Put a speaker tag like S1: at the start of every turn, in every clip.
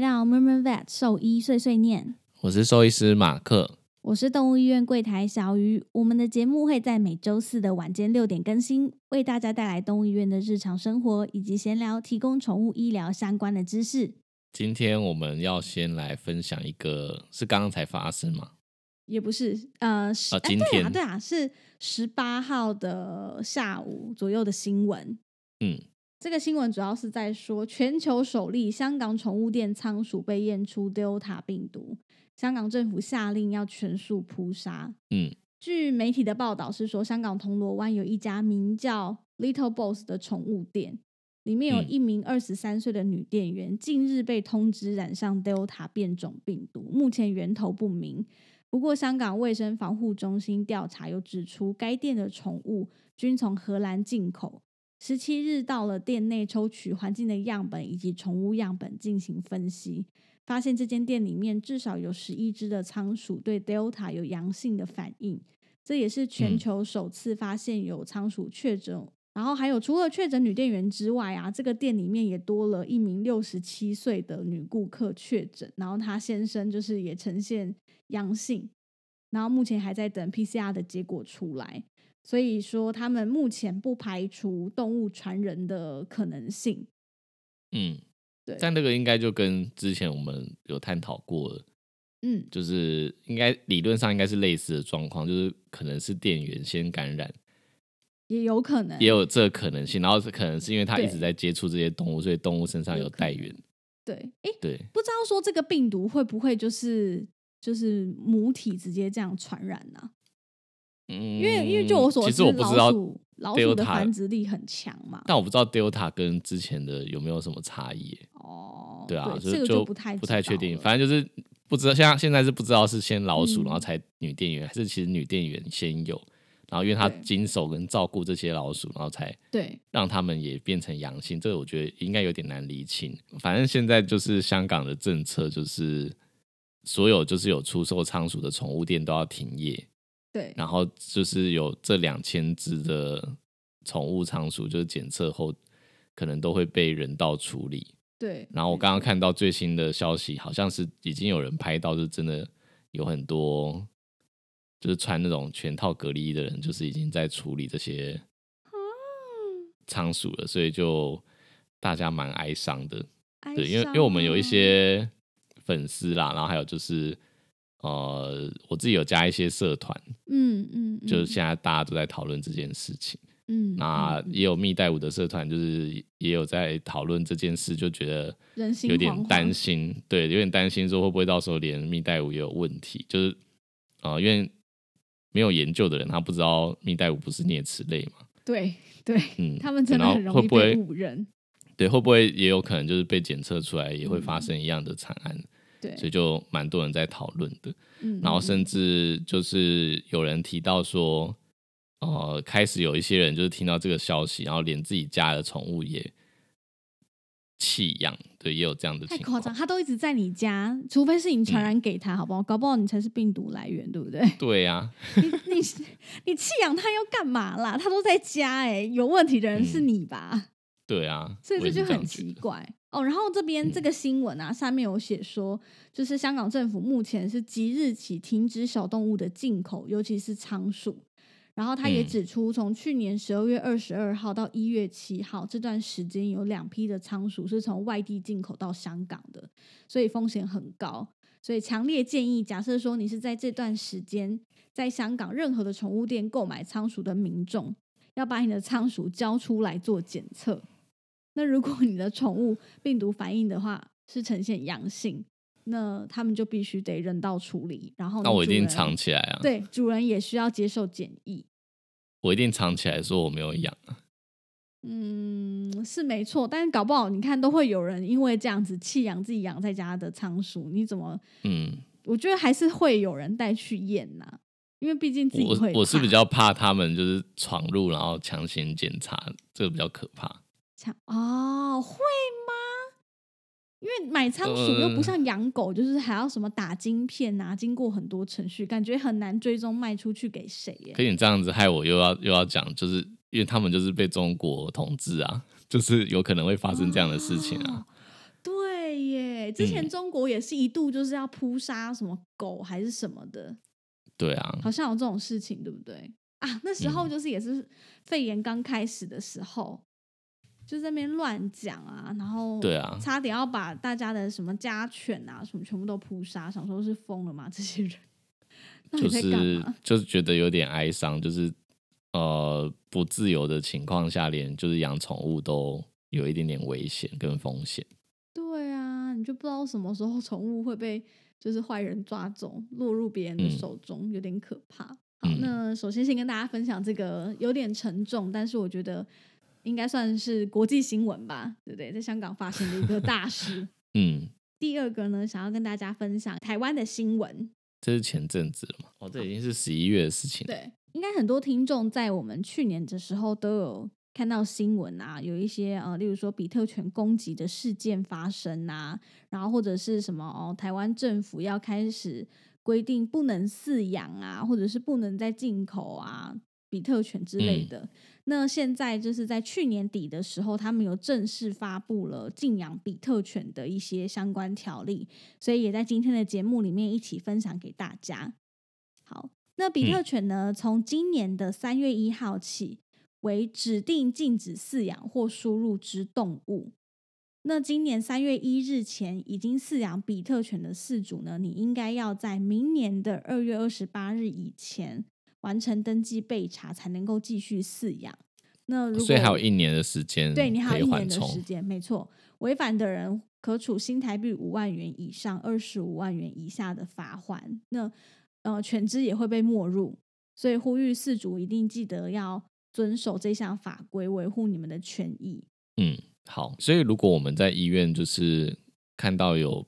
S1: 到 Murmur Vet 兽医碎碎念，
S2: 我是兽医师马克。
S1: 我是动物医院柜台小鱼。我们的节目会在每周四的晚间六点更新，为大家带来动物医院的日常生活以及闲聊，提供宠物医疗相关的知识。
S2: 今天我们要先来分享一个，是刚刚才发生嘛？
S1: 也不是，呃，十、
S2: 啊
S1: 哎
S2: 今
S1: 对啊，
S2: 天
S1: 对啊，是十八号的下午左右的新闻。
S2: 嗯，
S1: 这个新闻主要是在说，全球首例香港宠物店仓鼠被验出 Delta 病毒，香港政府下令要全数扑杀。
S2: 嗯，
S1: 据媒体的报道是说，香港铜锣湾有一家名叫 Little Boss 的宠物店，里面有
S2: 嗯
S1: 一名二十三岁的女店员，近日被通知染上 Delta 变种病毒，目前源头不明。不过，香港卫生防护中心调查又指出，该店的宠物均从荷兰进口，十七日到了店内抽取环境的样本以及宠物样本进行分析，发现这间店里面至少有十一只的仓鼠对 Delta 有阳性的反应，这也是全
S2: 嗯
S1: 球首次发现有仓鼠确诊。然后还有，除了确诊女店员之外啊，这个店里面也多了一名六十七岁的女顾客确诊，然后她先生就是也呈现阳性，然后目前还在等 PCR 的结果出来。所以说，他们目前不排除动物传人的可能性。
S2: 嗯，
S1: 对
S2: 但这个应该就跟之前我们有探讨过的，
S1: 嗯，
S2: 就是应该理论上应该是类似的状况，就是可能是店员先感染，
S1: 也有可能，
S2: 也有这个可能性。然后可能是因为他
S1: 对
S2: 一直在接触这些动物，所以动物身上
S1: 有
S2: 有
S1: 可能
S2: 带源。
S1: 对，诶，
S2: 对，
S1: 不知道说这个病毒会不会就是就是母体直接这样传染呢、
S2: 嗯，
S1: 因为因为就我所
S2: 其
S1: 知，
S2: 实我不知
S1: 老
S2: 道，
S1: 鼠老鼠的
S2: Delta-
S1: 繁殖力很强嘛。
S2: 但我不知道 Delta 跟之前的有没有什么差异耶、
S1: 哦，
S2: 对啊，
S1: 这个
S2: 就
S1: 不太
S2: 不
S1: 不
S2: 太确定，反正就是不知道，现在现在是不知道是先老鼠，
S1: 嗯
S2: 然后才女店员，还是其实女店员先有，然后因为她
S1: 对
S2: 经手跟照顾这些老鼠，然后才
S1: 对
S2: 让他们也变成阳性，这个我觉得应该有点难厘清。反正现在就是香港的政策，就是所有就是有出售仓鼠的宠物店都要停业，
S1: 对
S2: 然后就是有这两千只的宠物仓鼠，就是检测后可能都会被人道处理。
S1: 对。
S2: 然后我
S1: 没
S2: 刚刚
S1: 错
S2: 看到最新的消息，好像是已经有人拍到，就真的有很多就是穿那种全套隔离衣的人，就是已经在处理这些
S1: 啊
S2: 仓鼠了，所以就大家蛮哀伤的。
S1: 哀啊
S2: 对，因为因为我们有一些粉丝啦，然后还有就是呃，我自己有加一些社团，
S1: 伤啊嗯嗯，嗯
S2: 就是现在大家都在讨论这件事情。
S1: 嗯，
S2: 那
S1: 嗯嗯
S2: 也有蜜袋鼯的社团，就是也有在讨论这件事，就觉得
S1: 人心
S2: 有点
S1: 惶惶
S2: 担心，对，有点担心说会不会到时候连蜜袋鼯也有问题，就是啊、呃因为没有研究的人他不知道蜜袋鼯不是啮齿类嘛，
S1: 对对，
S2: 嗯，
S1: 他们真的
S2: 然后
S1: 很容
S2: 会
S1: 易
S2: 不
S1: 被
S2: 会
S1: 误认。
S2: 对，会不会也有可能就是被检测出来也会发
S1: 嗯
S2: 生一样的惨案，
S1: 对，
S2: 所以就蛮多人在讨论的，
S1: 嗯，
S2: 然后
S1: 嗯
S2: 甚至就是有人提到说，呃，开始有一些人就是听到这个消息，然后连自己家的宠物也弃养，对，也有这样的
S1: 太
S2: 情
S1: 夸
S2: 况，嗯
S1: 张，它都一直在你家，除非是你传染给它，好不好？搞不好你才是病毒来源，对不对？
S2: 对啊呀、
S1: 你你你弃养它要干嘛啦？它都在家、哎，有问题的人
S2: 嗯
S1: 是你吧？
S2: 对啊，
S1: 所以
S2: 我也
S1: 这就
S2: 是这样
S1: 很
S2: 觉得嗯
S1: 奇怪哦。然后这边这个新闻啊，上面有写说，就是香港政府目前是即日起停止小动物的进口，尤其是仓鼠。然后他也
S2: 嗯
S1: 指出，从去年十二月二十二号到一月七号这段时间，有两批的仓鼠是从外地进口到香港的，所以风险很高。所以强烈建议，假设说你是在这段时间在香港任何的宠物店购买仓鼠的民众，要把你的仓鼠交出来做检测。那如果你的宠物病毒反应的话是呈现阳性，那他们就必须得人道处理。然后
S2: 那我
S1: 你
S2: 一
S1: 主
S2: 定
S1: 人
S2: 藏起来啊！
S1: 对主人也需要接受检疫。
S2: 我一定藏起来，说我没有养。
S1: 嗯，是没错，但是搞不好你看都会有人因为这样子弃养自己养在家的仓鼠，你怎么？
S2: 嗯，
S1: 我觉得还是会有人带去验呐、因为毕竟自己
S2: 我
S1: 会
S2: 我是
S1: 怕
S2: 比较怕他们就是闯入，然后强行检查，这个比较可怕。
S1: 强哦，会吗？因为买仓鼠又不
S2: 呃
S1: 像养狗，就是还要什么打晶片啊，经过很多程序，感觉很难追踪卖出去给谁耶。
S2: 可你这样子害我又要又要讲，就是因为他们就是被 中国统治啊，就是有可能会发生这样的事情啊。
S1: 哦对耶，对，之前
S2: 嗯
S1: 中国也是一度就是要扑杀什么狗还是什么的，
S2: 对啊，
S1: 好像有这种事情，对不对？啊，那时候
S2: 嗯
S1: 就是也是肺炎刚开始的时候，就在那边乱讲啊，然后
S2: 对啊
S1: 差点要把大家的什么家犬啊什么全部都扑杀，想说是疯了吗？这些人 到底
S2: 就
S1: 在干
S2: 是
S1: 嘛？
S2: 就是觉得有点哀伤，就是呃不自由的情况下，连就是养宠物都有一点点危险跟风险。
S1: 对啊，你就不知道什么时候 宠物会被就是坏人抓走，落入别人的
S2: 嗯
S1: 手中，有点可怕。好，
S2: 嗯
S1: 那首先先跟大家分享这个有点沉重，但是我觉得应该算是国际新闻吧，对不对？在香港发生的一个大 事。
S2: 嗯，
S1: 第二个呢，想要跟大家分享台湾的新闻。
S2: 这是前阵子了嘛？哦，这已经是十一月的事情了。
S1: 对，应该很多听众在我们去年的时候都有看到新闻啊，有一些呃，例如说比特犬攻击的事件发生啊，然后或者是什么哦，台湾政府要开始规定不能饲养啊，或者是不能再进口啊。比特犬之类
S2: 嗯
S1: 的，那现在就是在去年底的时候，他们有正式发布了禁养比特犬的一些相关条例，所以也在今天的节目里面一起分享给大家。好，那比
S2: 嗯
S1: 特犬呢，从今年的三月一号起为指定禁止饲养或输入之动物。那今年三月一日前已经饲养比特犬的饲主呢，你应该要在明年的二月二十八日以前完成登记备查，才能够继续饲养。那如果
S2: 所以还有一年的时间
S1: 对你还
S2: 嗯可以
S1: 有一年
S2: 缓
S1: 的时
S2: 冲。
S1: 间，没错。违反的人可处新台币五万元以上二十五万元以下的罚款。那呃，犬只也会被没入，所以呼吁饲主一定记得要遵守这项法规，维护你们的权益。
S2: 嗯，好。所以如果我们在医院就是看到有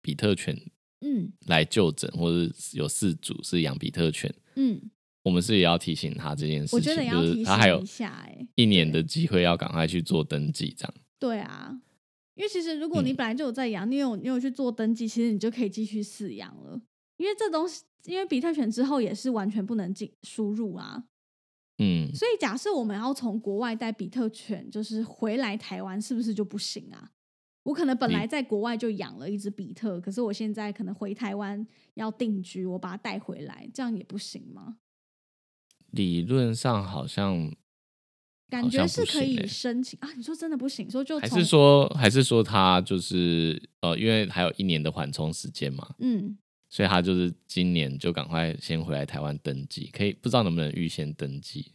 S2: 比特犬
S1: 嗯
S2: 来就诊，或者有饲主是养比特犬，
S1: 嗯，
S2: 我们是也要提醒他这件事
S1: 我
S2: 情，
S1: 觉得也要
S2: 就是
S1: 提
S2: 他还
S1: 醒
S2: 有
S1: 一下、哎，
S2: 一年的机会要赶快去做登记，这样。
S1: 对啊，因为其实如果你
S2: 嗯
S1: 本来就有在养，你有你有去做登记，其实你就可以继续饲养了。因为这东西，因为比特犬之后也是完全不能进输入啊，
S2: 嗯，
S1: 所以，假设我们要从国外带比特犬，就是回来台湾，是不是就不行啊？我可能本来
S2: 你
S1: 在国外就养了一只比特，可是我现在可能回台湾要定居，我把它带回来，这样也不行吗？
S2: 理论上好像
S1: 感
S2: 好
S1: 觉
S2: 像
S1: 是
S2: 不
S1: 可
S2: 行
S1: 以
S2: 欸
S1: 申请、啊？你说真的不行？说就
S2: 还
S1: 从
S2: 是说还是说他就是呃，因为还有一年的缓冲时间嘛，
S1: 嗯，
S2: 所以他就是今年就赶快先回来台湾登记，可以不知道能不能预先登记，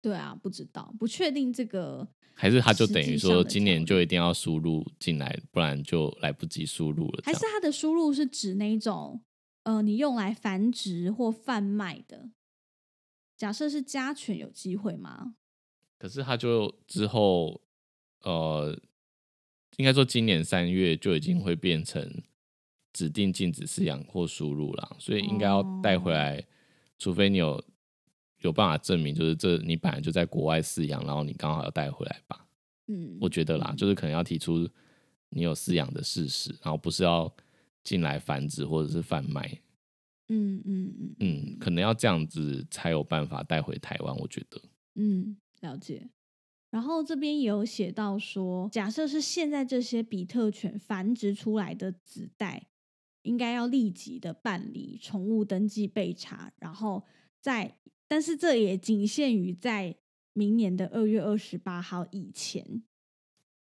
S1: 对啊，不知道，不确定这个
S2: 还是他就等
S1: 实际
S2: 于
S1: 上的
S2: 说今年
S1: 条
S2: 就一定要输入进来，不然就来不及输入了。这
S1: 还
S2: 样
S1: 是它的输入是指那一种，呃，你用来繁殖或贩卖的。假设是家犬有机会吗？
S2: 可是他就之后呃，应该说今年三月就已经会变成指定禁止饲养或输入啦，所以应该要带
S1: 哦
S2: 回来，除非你有有办法证明，就是这你本来就在国外饲养，然后你刚好要带回来吧。
S1: 嗯，
S2: 我觉得啦，就是可能要提出你有饲养的事实，然后不是要进来繁殖或者是贩卖，
S1: 嗯嗯嗯
S2: 嗯，可能要这样子才有办法带回台湾。我觉得，
S1: 嗯，了解。然后这边也有写到说，假设是现在这些比特犬繁殖出来的子代，应该要立即的办理宠物登记备查，然后在，但是这也仅限于在明年的二月二十八号以前。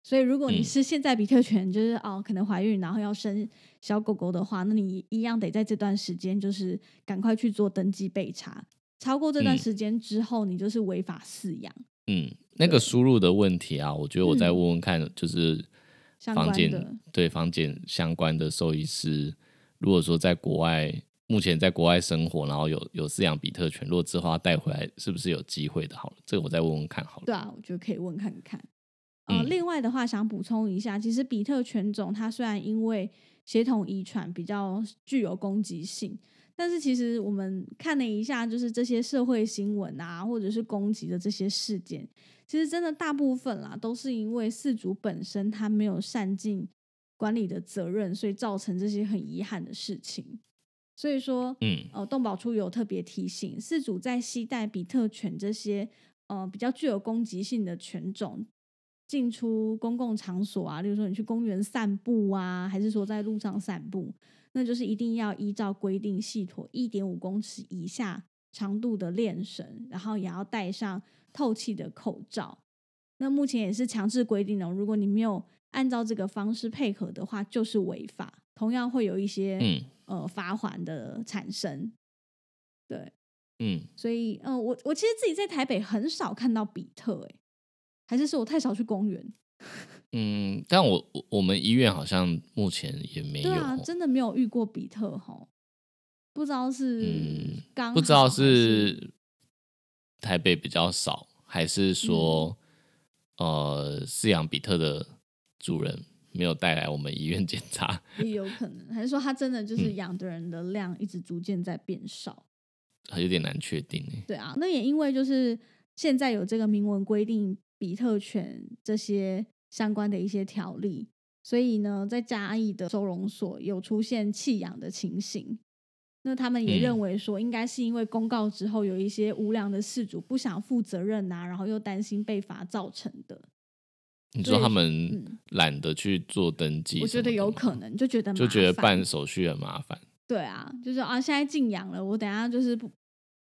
S1: 所以，如果你
S2: 嗯
S1: 是现在比特犬，就是哦，可能怀孕然后要生小狗狗的话，那你一样得在这段时间，就是赶快去做登记备查。超过这段
S2: 嗯
S1: 时间之后，你就是违法饲养。
S2: 嗯，那
S1: 对
S2: 个输入的问题啊，我觉得我再
S1: 嗯
S2: 问问看，就是
S1: 相
S2: 房
S1: 关
S2: 检
S1: 的
S2: 对房检相关的兽医师，如果说在国外目前在国外生活，然后有有饲养比特犬，如果之后要带回来，是不是有机会的？好了，这个我再问问看好了。
S1: 对啊，我觉得可以问看看。呃，
S2: 嗯
S1: 另外的话，想补充一下，其实比特犬种它虽然因为血统遗传比较具有攻击性，但是其实我们看了一下，就是这些社会新闻啊，或者是攻击的这些事件，其实真的大部分啦，都是因为饲主本身他没有善尽管理的责任，所以造成这些很遗憾的事情。所以说，
S2: 嗯
S1: 呃，动保处有特别提醒，饲主在携带比特犬这些呃比较具有攻击性的犬种进出公共场所啊，例如说你去公园散步啊，还是说在路上散步，那就是一定要依照规定系妥一点五公尺以下长度的链绳，然后也要戴上透气的口罩。那目前也是强制规定哦，如果你没有按照这个方式配合的话，就是违法，同样会有一些、
S2: 嗯
S1: 呃罚款的产生。对，
S2: 嗯，
S1: 所以嗯、呃我我其实自己在台北很少看到比特、欸，还是是我太少去公园。
S2: 嗯，但我我我们医院好像目前也没有
S1: 对啊，
S2: 哦，
S1: 真的没有遇过比特吼，不知道是
S2: 嗯
S1: 刚、
S2: 不知道
S1: 是
S2: 是台北比较少，还是
S1: 嗯
S2: 说、呃饲养比特的主人没有带来我们医院检查？
S1: 也有可能，还是说他真的就是
S2: 嗯
S1: 养的人的量一直逐渐在变少。
S2: 有点难确定欸
S1: 对啊，那也因为就是现在有这个明文规定比特犬这些相关的一些条例，所以呢，在嘉义的收容所有出现弃养的情形。那他们也
S2: 嗯
S1: 认为说，应该是因为公告之后有一些无良的事主不想负责任呐、然后又担心被罚造成的。
S2: 你
S1: 所以
S2: 说他
S1: 嗯
S2: 们懒得去做登记什么的吗，
S1: 我觉得有可能，就觉得
S2: 就
S1: 麻
S2: 觉得
S1: 烦
S2: 办手续很麻烦。
S1: 对啊，就是啊，现在禁养了，我等下就是不，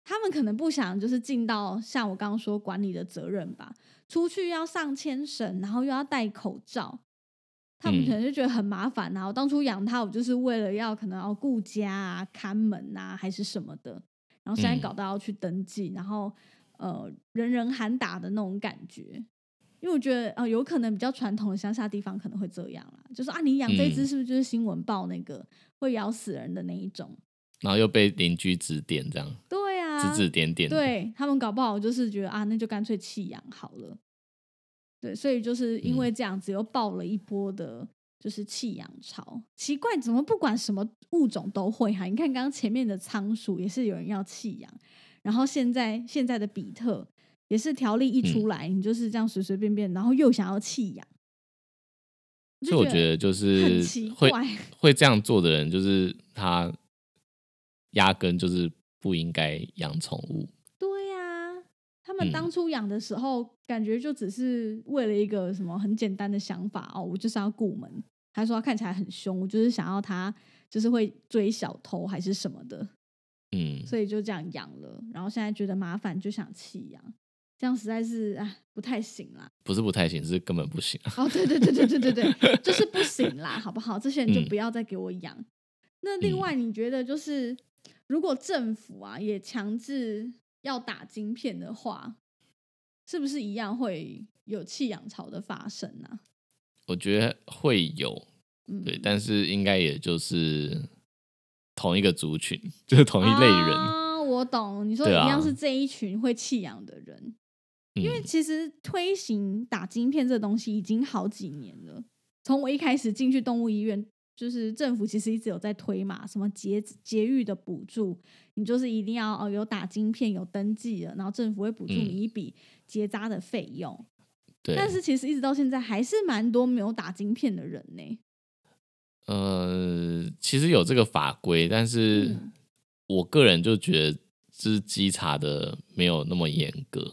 S1: 他们可能不想就是尽到像我刚刚说管理的责任吧，出去要上牵绳，然后又要戴口罩，他们
S2: 嗯
S1: 可能就觉得很麻烦啊。我当初养它，我就是为了要可能要顾家啊、看门啊，还是什么的，然后现在
S2: 嗯
S1: 搞到要去登记，然后呃，人人喊打的那种感觉。因为我觉得，呃，有可能比较传统的乡下地方可能会这样啦，就说啊，你养这只
S2: 嗯
S1: 是不是就是新闻报那个会咬死人的那一种？
S2: 然后又被邻居指点，这样
S1: 对啊，
S2: 指指点点的。
S1: 对他们搞不好就是觉得啊，那就干脆弃养好了。对，所以就是因
S2: 嗯
S1: 为这样子又爆了一波的，就是弃养潮。奇怪，怎么不管什么物种都会哈、你看刚刚前面的仓鼠也是有人要弃养，然后现在现在的比特也是条例
S2: 嗯
S1: 一出来，你就是这样随随便便，然后又想要弃养，
S2: 所以我觉得就
S1: 很
S2: 是
S1: 奇
S2: 会
S1: 怪
S2: 会这样做的人，就是他压根就是不应该养宠物。
S1: 对呀、他们
S2: 嗯
S1: 当初养的时候，感觉就只是为了一个什么很简单的想法哦，我就是要顾门。还说他看起来很凶，我就是想要他就是会追小偷还是什么的，
S2: 嗯，
S1: 所以就这样养了。然后现在觉得麻烦，就想弃养，这样实在是哎不太行啦。
S2: 不是不太行，是根本不行。啊
S1: 哦，对对对对对对对，就是不行啦，好不好？这些人就
S2: 嗯
S1: 不要再给我养。那另外，你觉得就是如果政府啊也强制要打晶片的话，是不是一样会有弃养潮的发生呢、啊？
S2: 我觉得会有
S1: 嗯，
S2: 对，但是应该也就是同一个族群，就是同一类人。
S1: 啊，我懂。你说一
S2: 对啊
S1: 样是这一群会弃养的人，因为
S2: 嗯，
S1: 其实推行打晶片这东西已经好几年了。从我一开始进去动物医院，就是政府其实一直有在推嘛，什么节节育的补助，你就是一定要哦有打晶片有登记了，然后政府会补助
S2: 嗯
S1: 你一笔结扎的费用。
S2: 对。
S1: 但是其实一直到现在还是蛮多没有打晶片的人呢、
S2: 呃，其实有这个法规，但是
S1: 嗯
S2: 我个人就觉得，就是稽查的没有那么严格。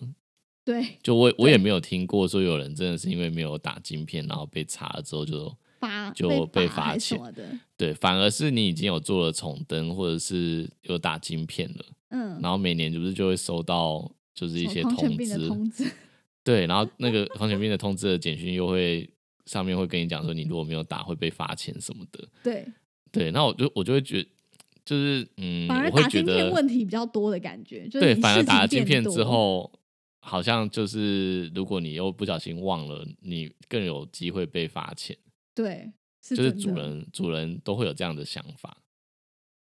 S1: 对，
S2: 就我我
S1: 对
S2: 也没有听过说有人真的是因为没有打晶片，然后被查了之后就
S1: 罚
S2: 就
S1: 被
S2: 被
S1: 罚
S2: 罚
S1: 还是什
S2: 钱
S1: 么的，
S2: 对，反而是你已经有做了重登，或者是有打晶片了，
S1: 嗯，
S2: 然后每年就不是就会收到就是一
S1: 什么
S2: 些
S1: 狂犬
S2: 通
S1: 病的
S2: 知，
S1: 通知，
S2: 对，然后那个狂犬病的通知的简讯又会上面会跟你讲说你如果没有打会被罚钱什么的，
S1: 对，
S2: 对，那我就我就会觉就是嗯，
S1: 反而
S2: 我会
S1: 打
S2: 觉
S1: 晶
S2: 得
S1: 片问题比较多的感觉，就是
S2: 对，
S1: 你
S2: 反而
S1: 事
S2: 打了
S1: 情
S2: 晶
S1: 变
S2: 片之
S1: 多
S2: 后，好像就是如果你又不小心忘了，你更有机会被罚钱。
S1: 对，是
S2: 就是
S1: 真
S2: 主
S1: 的
S2: 人主人都会有这样的想法，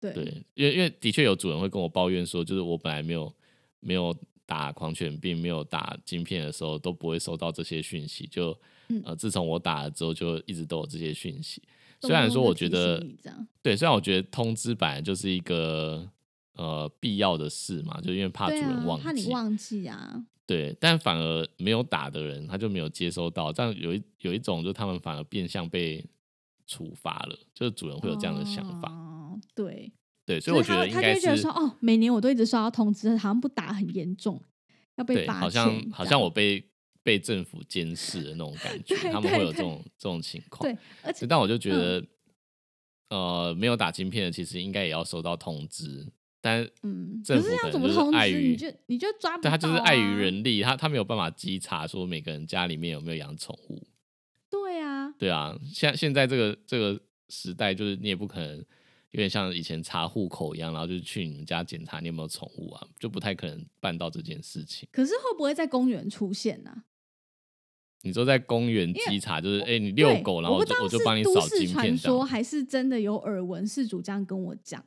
S1: 对
S2: 对，因为因为的确有主人会跟我抱怨说，就是我本来没有没有打狂犬病，没有打晶片的时候都不会收到这些讯息，就、
S1: 嗯
S2: 呃自从我打了之后，就一直都有这些讯息。
S1: 动
S2: 虽然
S1: 不
S2: 说
S1: 动
S2: 我
S1: 就
S2: 觉
S1: 提醒
S2: 得
S1: 你这样
S2: 对，虽然我觉得通知本来就是一个呃必要的事嘛，就因为怕主
S1: 对
S2: 人
S1: 啊
S2: 忘，记，
S1: 怕你忘记啊，
S2: 对，但反而没有打的人，他就没有接收到。但有一有一种，就他们反而变相被处罚了，就是主人会有这样的想法。
S1: 哦、对，
S2: 对，所以
S1: 就
S2: 我
S1: 是
S2: 觉
S1: 他
S2: 得
S1: 会
S2: 应
S1: 他就
S2: 该
S1: 会觉得
S2: 是
S1: 说，哦，每年我都一直收到通知，好像不打很严重，要被
S2: 对，
S1: 罚钱
S2: 好
S1: 这
S2: 像
S1: 样，
S2: 好像我被被政府监视的那种感觉，
S1: 对
S2: 他们会
S1: 对
S2: 有这
S1: 对
S2: 种这种情况。
S1: 对，嗯而且
S2: 但我就觉得，呃，没有打晶片的其实应该也要收到通知，但
S1: 嗯，
S2: 政
S1: 可
S2: 府
S1: 是
S2: 可
S1: 要
S2: 能
S1: 怎么
S2: 就是
S1: 通
S2: 碍
S1: 知？
S2: 于
S1: 你就你就抓不到、
S2: 对
S1: 啊，
S2: 他就是碍于。人力，他他没有办法稽查说每个人家里面有没有养宠物。
S1: 对啊，
S2: 对啊，现现在这个这个时代，就是你也不可能有点像以前查户口一样，然后就是去你们家检查你有没有宠物啊，就不太可能办到这件事情。
S1: 可是会不会在公园出现呢、啊？
S2: 你说在公园稽查，就是哎、你遛
S1: 对
S2: 狗，然后
S1: 我不
S2: 就
S1: 知道
S2: 我就是帮你
S1: 都
S2: 扫
S1: 市
S2: 晶
S1: 传
S2: 片这
S1: 说
S2: 样，
S1: 还是真的有耳闻事主这样跟我讲，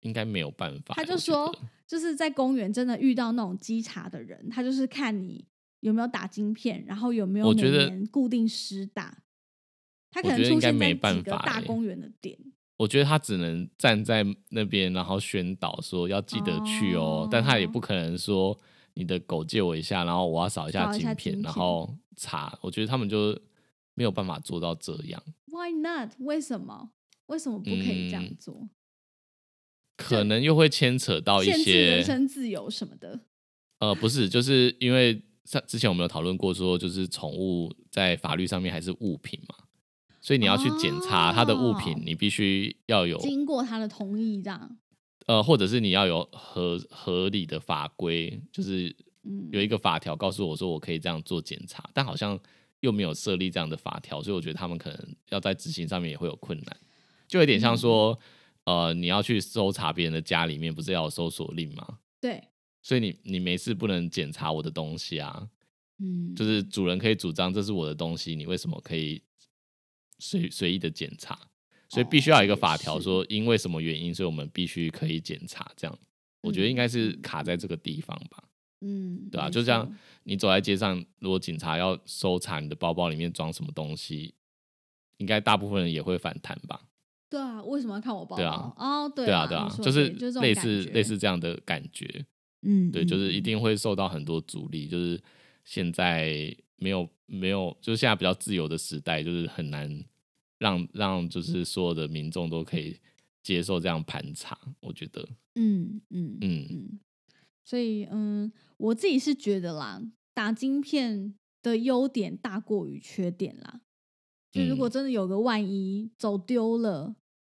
S2: 应该没有办法。
S1: 他就
S2: 我觉得
S1: 说就是在公园真的遇到那种稽查的人，他就是看你有没有打晶片，然后有没有
S2: 我
S1: 每
S2: 觉得
S1: 年固定施打，他可
S2: 我
S1: 能
S2: 觉得应
S1: 出
S2: 该
S1: 现在
S2: 没
S1: 几
S2: 办
S1: 个
S2: 法
S1: 大
S2: 欸
S1: 公园的点。
S2: 我觉得他只能站在那边，然后宣导说要记得去哦，
S1: 哦
S2: 但他也不可能说你的狗借我一下，然后我要扫一下
S1: 扫一
S2: 晶
S1: 下
S2: 片，
S1: 晶
S2: 然
S1: 片
S2: 后查。我觉得他们就没有办法做到这样，
S1: Why not？为什么？为什么不可以这样
S2: 嗯
S1: 做？
S2: 可能又会牵扯到一
S1: 限制人
S2: 些
S1: 身自由什么的。
S2: 呃，不是，就是因为上之前我们有讨论过说，就是宠物在法律上面还是物品嘛，所以你要去检查它的物品，
S1: 哦
S2: 你必须要有
S1: 经过他的同意，这样，
S2: 呃，或者是你要有合合理的法规，就是
S1: 嗯，
S2: 有一个法条告诉我说我可以这样做检查，但好像又没有设立这样的法条，所以我觉得他们可能要在执行上面也会有困难，就有点像
S1: 嗯
S2: 说，呃，你要去搜查别人的家里面，不是要有搜索令吗？
S1: 对，
S2: 所以你你没事不能检查我的东西啊，
S1: 嗯，
S2: 就是主人可以主张这是我的东西，你为什么可以随随意的检查？所以必须要有一个法条
S1: 也哦是
S2: 说，因为什么原因，所以我们必须可以检查。这样，我觉得应该是
S1: 嗯
S2: 卡在这个地方吧。
S1: 嗯，
S2: 对啊
S1: 没
S2: 就这样
S1: 错，
S2: 你走在街上，如果警察要搜查你的包包里面装什么东西，应该大部分人也会反弹吧？
S1: 对啊，为什么要看我包包？
S2: 对啊
S1: 哦，对
S2: 对啊，
S1: 啊，
S2: 对啊
S1: 你，说
S2: 就
S1: 得
S2: 是
S1: 对就是这种感觉
S2: 类似类，似这样的感觉。
S1: 嗯，
S2: 对，就是一
S1: 嗯
S2: 定会受到很多阻力，就是现在没有没有，就是现在比较自由的时代，就是很难让让就是所有的民众都可以接受这样盘查，我觉得，
S1: 嗯嗯嗯
S2: 嗯，
S1: 嗯，所以嗯，我自己是觉得啦，打晶片的优点大过于缺点啦。就如果
S2: 嗯
S1: 真的有个万一走丢了，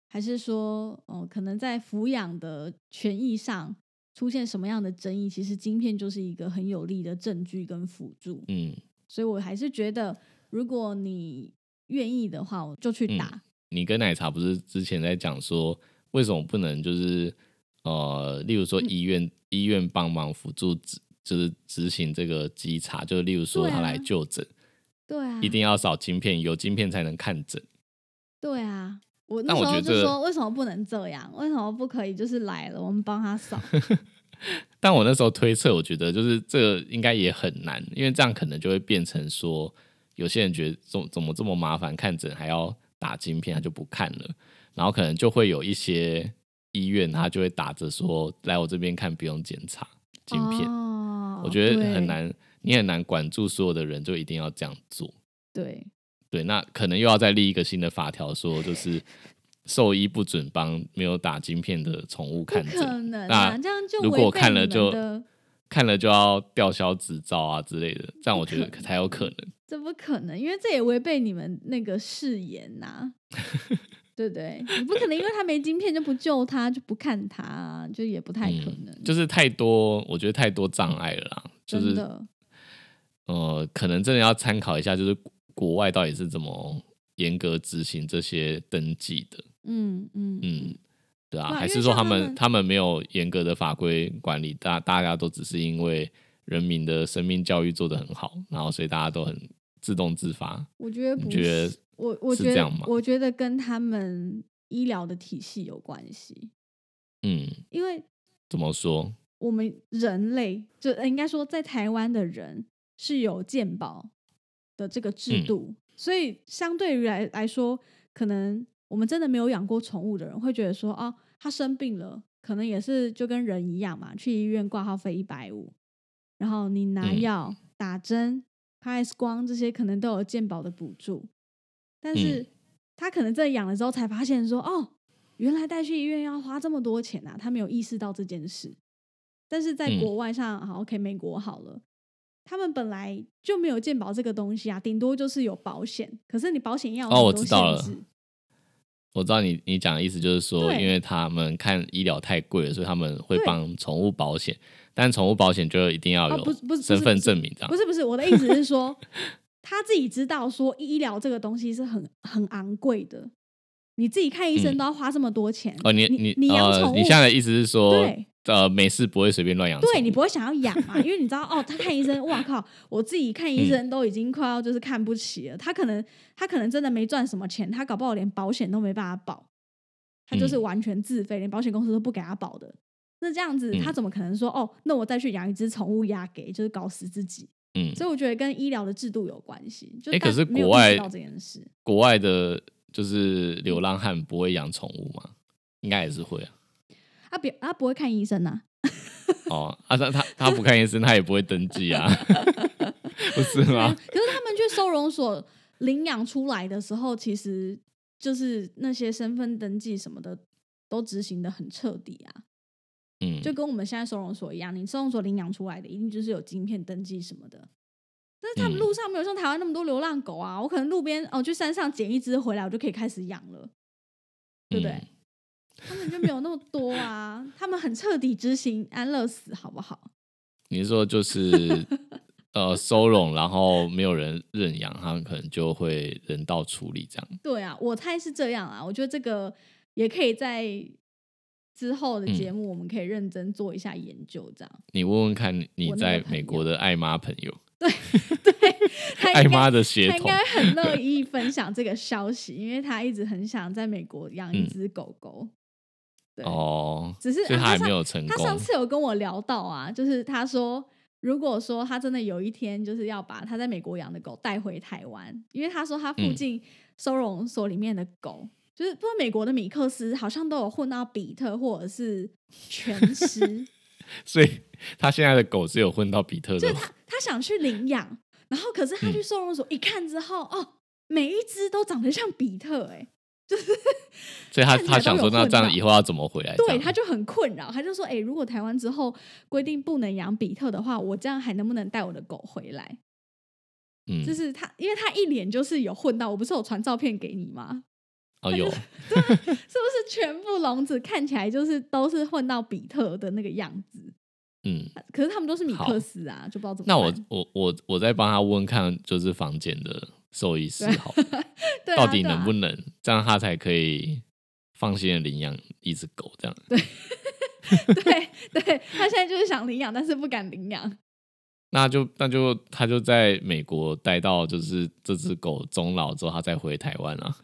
S1: 还是说，哦、可能在抚养的权益上出现什么样的争议，其实晶片就是一个很有力的证据跟辅助。
S2: 嗯，
S1: 所以我还是觉得，如果你愿意的话，我就
S2: 嗯
S1: 去打。
S2: 你跟奶茶不是之前在讲说，为什么不能就是呃，例如
S1: 嗯
S2: 说医院、医院帮忙辅助执就是执行这个稽查，就是例如说
S1: 对
S2: 他
S1: 啊
S2: 来就诊，
S1: 对啊，
S2: 一定要扫晶片，有晶片才能看诊。
S1: 对啊。我那
S2: 但
S1: 时
S2: 我觉
S1: 候
S2: 得这
S1: 就
S2: 个
S1: 说，为什么不能这样？为什么不可以？就是来了，我们帮他 扫。
S2: 但我那时候推测，我觉得就是这个应该也很难，因为这样可能就会变成说，有些人觉得怎怎么这么麻烦，看诊还要打晶片，他就不看了，然后可能就会有一些医院他就会打着说，来我这边看不用检查晶片，
S1: 哦、
S2: 我觉得
S1: 对
S2: 很。难，你很难管住所有的人，就一定要这样做。
S1: 对，
S2: 对，那可能又要再立一个新的法条，说就是兽医不准帮没有打晶片的宠物
S1: 不
S2: 看诊，
S1: 可能啊！
S2: 那
S1: 这样就
S2: 如
S1: 违
S2: 果
S1: 背
S2: 看
S1: 你
S2: 了
S1: 们
S2: 就
S1: 的
S2: 看了就要吊销执照啊之类的，这样我觉得
S1: 不可能
S2: 才有可能。
S1: 这不可能，因为这也违背你们那个誓言呐、 对不对？你不可能因为他没晶片就不救他，就不看他、啊，就也不太可能。
S2: 嗯，就是太多，我觉得太多障碍了啦。就
S1: 真
S2: 是
S1: 的，
S2: 呃，可能真的要参考一下，就是国外到底是怎么严格执行这些登记的。
S1: 嗯嗯
S2: 嗯，对啊，
S1: 对啊
S2: 还
S1: 因为
S2: 是说
S1: 像
S2: 他
S1: 他
S2: 们
S1: 们
S2: 他们没有严格的法规管理，大大家都只是因为人民的生命教育做得很好，然后所以大家都很自动自发。
S1: 我觉得
S2: 你
S1: 不
S2: 觉得
S1: 是，我我
S2: 是
S1: 觉
S2: 这样
S1: 得
S2: 吗
S1: 我觉得跟他们医疗的体系有关系，
S2: 嗯，
S1: 因为
S2: 怎么说？
S1: 我们人类就呃应该说在台湾的人是有健保的这个制
S2: 嗯
S1: 度，所以相对于来来说，可能我们真的没有养过宠物的人会觉得说，哦，他生病了，可能也是就跟人一样嘛，去医院挂号费一百五，然后你拿
S2: 嗯
S1: 药、打针、拍 X 光这些，可能都有健保的补助，但是
S2: 嗯
S1: 他可能在养了之后才发现说，哦，原来带去医院要花这么多钱啊，他没有意识到这件事。但是在
S2: 嗯
S1: 国外上，好 OK，美国好了，他们本来就没有健保这个东西啊，顶多就是有保险，可是你保险要有
S2: 哦我
S1: 很多
S2: 知道
S1: 限制
S2: 了我知道你你讲的意思就是说，
S1: 对
S2: 因为他们看医疗太贵了，所以他们会
S1: 对
S2: 帮宠物保险，但宠物保险就一定要
S1: 哦不是不
S2: 有
S1: 是不是
S2: 身
S1: 不
S2: 份
S1: 是
S2: 证明这样
S1: 不。是不是，我的意思是 说，他自己知道说医疗这个东西是很很昂贵的，你自己看医生
S2: 嗯
S1: 都要花这么多钱。
S2: 哦，你
S1: 你
S2: 你
S1: 养
S2: 呃
S1: 宠，物，
S2: 你现在的意思是说，
S1: 对
S2: 呃，没事不会随便乱养宠物，
S1: 对你不会想要养嘛？因为你知道哦，他看医生，哇靠，我自己看医生
S2: 嗯
S1: 都已经快要就是看不起了。他可能他可能真的没赚什么钱，他搞不好连保险都没办法保，他就是
S2: 嗯
S1: 完全自费，连保险公司都不给他保的。那这样子，他
S2: 嗯
S1: 怎么可能说哦？那我再去养一只宠物压给，就是搞死自己？
S2: 嗯，
S1: 所以我觉得跟医疗的制度有关系。就
S2: 哎、
S1: 大
S2: 可是
S1: 没有
S2: 国
S1: 意
S2: 外
S1: 识到这件事，
S2: 国外的就是流浪汉不会养宠物吗？应该也是会啊。
S1: 啊别啊不会看医生呐、
S2: 哦，啊，他他他不看医生，他也不会登记啊， 不是 吗？
S1: 可是他们去收容所领养出来的时候，其实就是那些身份登记什么的都执行的很彻底啊，
S2: 嗯，
S1: 就跟我们现在收容所一样，你收容所领养出来的一定就是有晶片登记什么的。但是他们
S2: 嗯
S1: 路上没有像台湾那么多流浪狗啊，我可能路边哦去山上捡一只回来，我就可以开始养了，对不对？
S2: 嗯
S1: 他们就没有那么多啊，他们很彻底执行安乐死，好不好？
S2: 你是说就是呃收容，然后没有人认养，他们可能就会人道处理这样。
S1: 对啊，我猜是这样啊。我觉得这个也可以在之后的
S2: 嗯
S1: 节目，我们可以认真做一下研究，这样。
S2: 你问问看，你
S1: 我那个
S2: 在
S1: 朋
S2: 美国的爱妈朋友，
S1: 他
S2: 爱
S1: 应该
S2: 妈的血
S1: 他应
S2: 统，
S1: 该 很乐意分享这个消息，因为他一直很想在美国养一
S2: 嗯
S1: 只狗狗。对，
S2: 哦，
S1: 只是
S2: 所以
S1: 啊
S2: 他还
S1: 上
S2: 没有成
S1: 他
S2: 功
S1: 上。次有跟我聊到啊，就是他说，如果说他真的有一天就是要把他在美国养的狗带回台湾，因为他说他附
S2: 嗯
S1: 近收容所里面的狗，就是不知道美国的米克斯好像都有混到比特或者是全 狮，
S2: 所以他现在的狗是有混到比特的吗，
S1: 他想去领养，然后可是
S2: 嗯
S1: 他去收容所一看之后，哦，每一只都长得像比特、欸，哎，
S2: 所以他
S1: 看起来
S2: 他
S1: 都
S2: 想
S1: 有
S2: 说，那
S1: 混
S2: 这样
S1: 到
S2: 以后要怎么回来？这
S1: 对，
S2: 样
S1: 他就很困扰，他就说，哎、如果台湾之后规定不能养比特的话，我这样还能不能带我的狗回来？
S2: 嗯，
S1: 就是他，因为他一脸就是有混到，我不是有传照片给你吗？
S2: 哦有，
S1: 是不是全部笼子看起来就是都是混到比特的那个样子？
S2: 嗯，
S1: 可是他们都是米克
S2: 好
S1: 斯啊，就不知道怎么办。
S2: 那我我我我再帮他问看，就是房间的兽医师
S1: 对
S2: 好了，
S1: 对啊
S2: 到底
S1: 对啊
S2: 能不能、这样，他才可以放心的领养一只狗这样？
S1: 对对，他现在就是想领养，但是不敢领养。
S2: 那就那就他就在美国待到就是这只狗终老之后，他再回台湾啊。